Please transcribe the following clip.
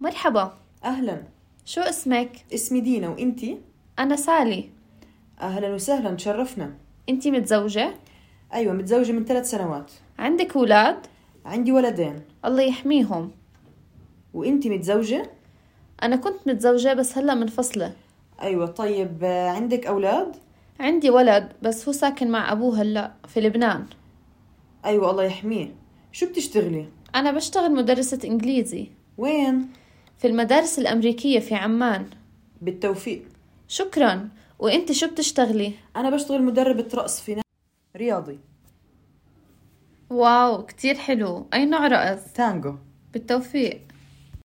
مرحبا أهلا شو اسمك؟ اسمي دينا وإنتي أنا سالي أهلا وسهلا تشرفنا أنتي متزوجة؟ أيوة متزوجة من ثلاث سنوات عندك أولاد؟ عندي ولدين الله يحميهم وإنتي متزوجة أنا كنت متزوجة بس هلأ منفصلة أيوة طيب آه، عندك أولاد عندي ولد بس هو ساكن مع أبوه هلأ في لبنان أيوة الله يحميه شو بتشتغلي أنا بشتغل مدرسة إنجليزي وين في المدارس الأمريكية في عمان بالتوفيق شكرا وأنت شو بتشتغلي؟ أنا بشتغل مدربة رقص في نادي رياضي واو كتير حلو أي نوع رقص؟ تانجو بالتوفيق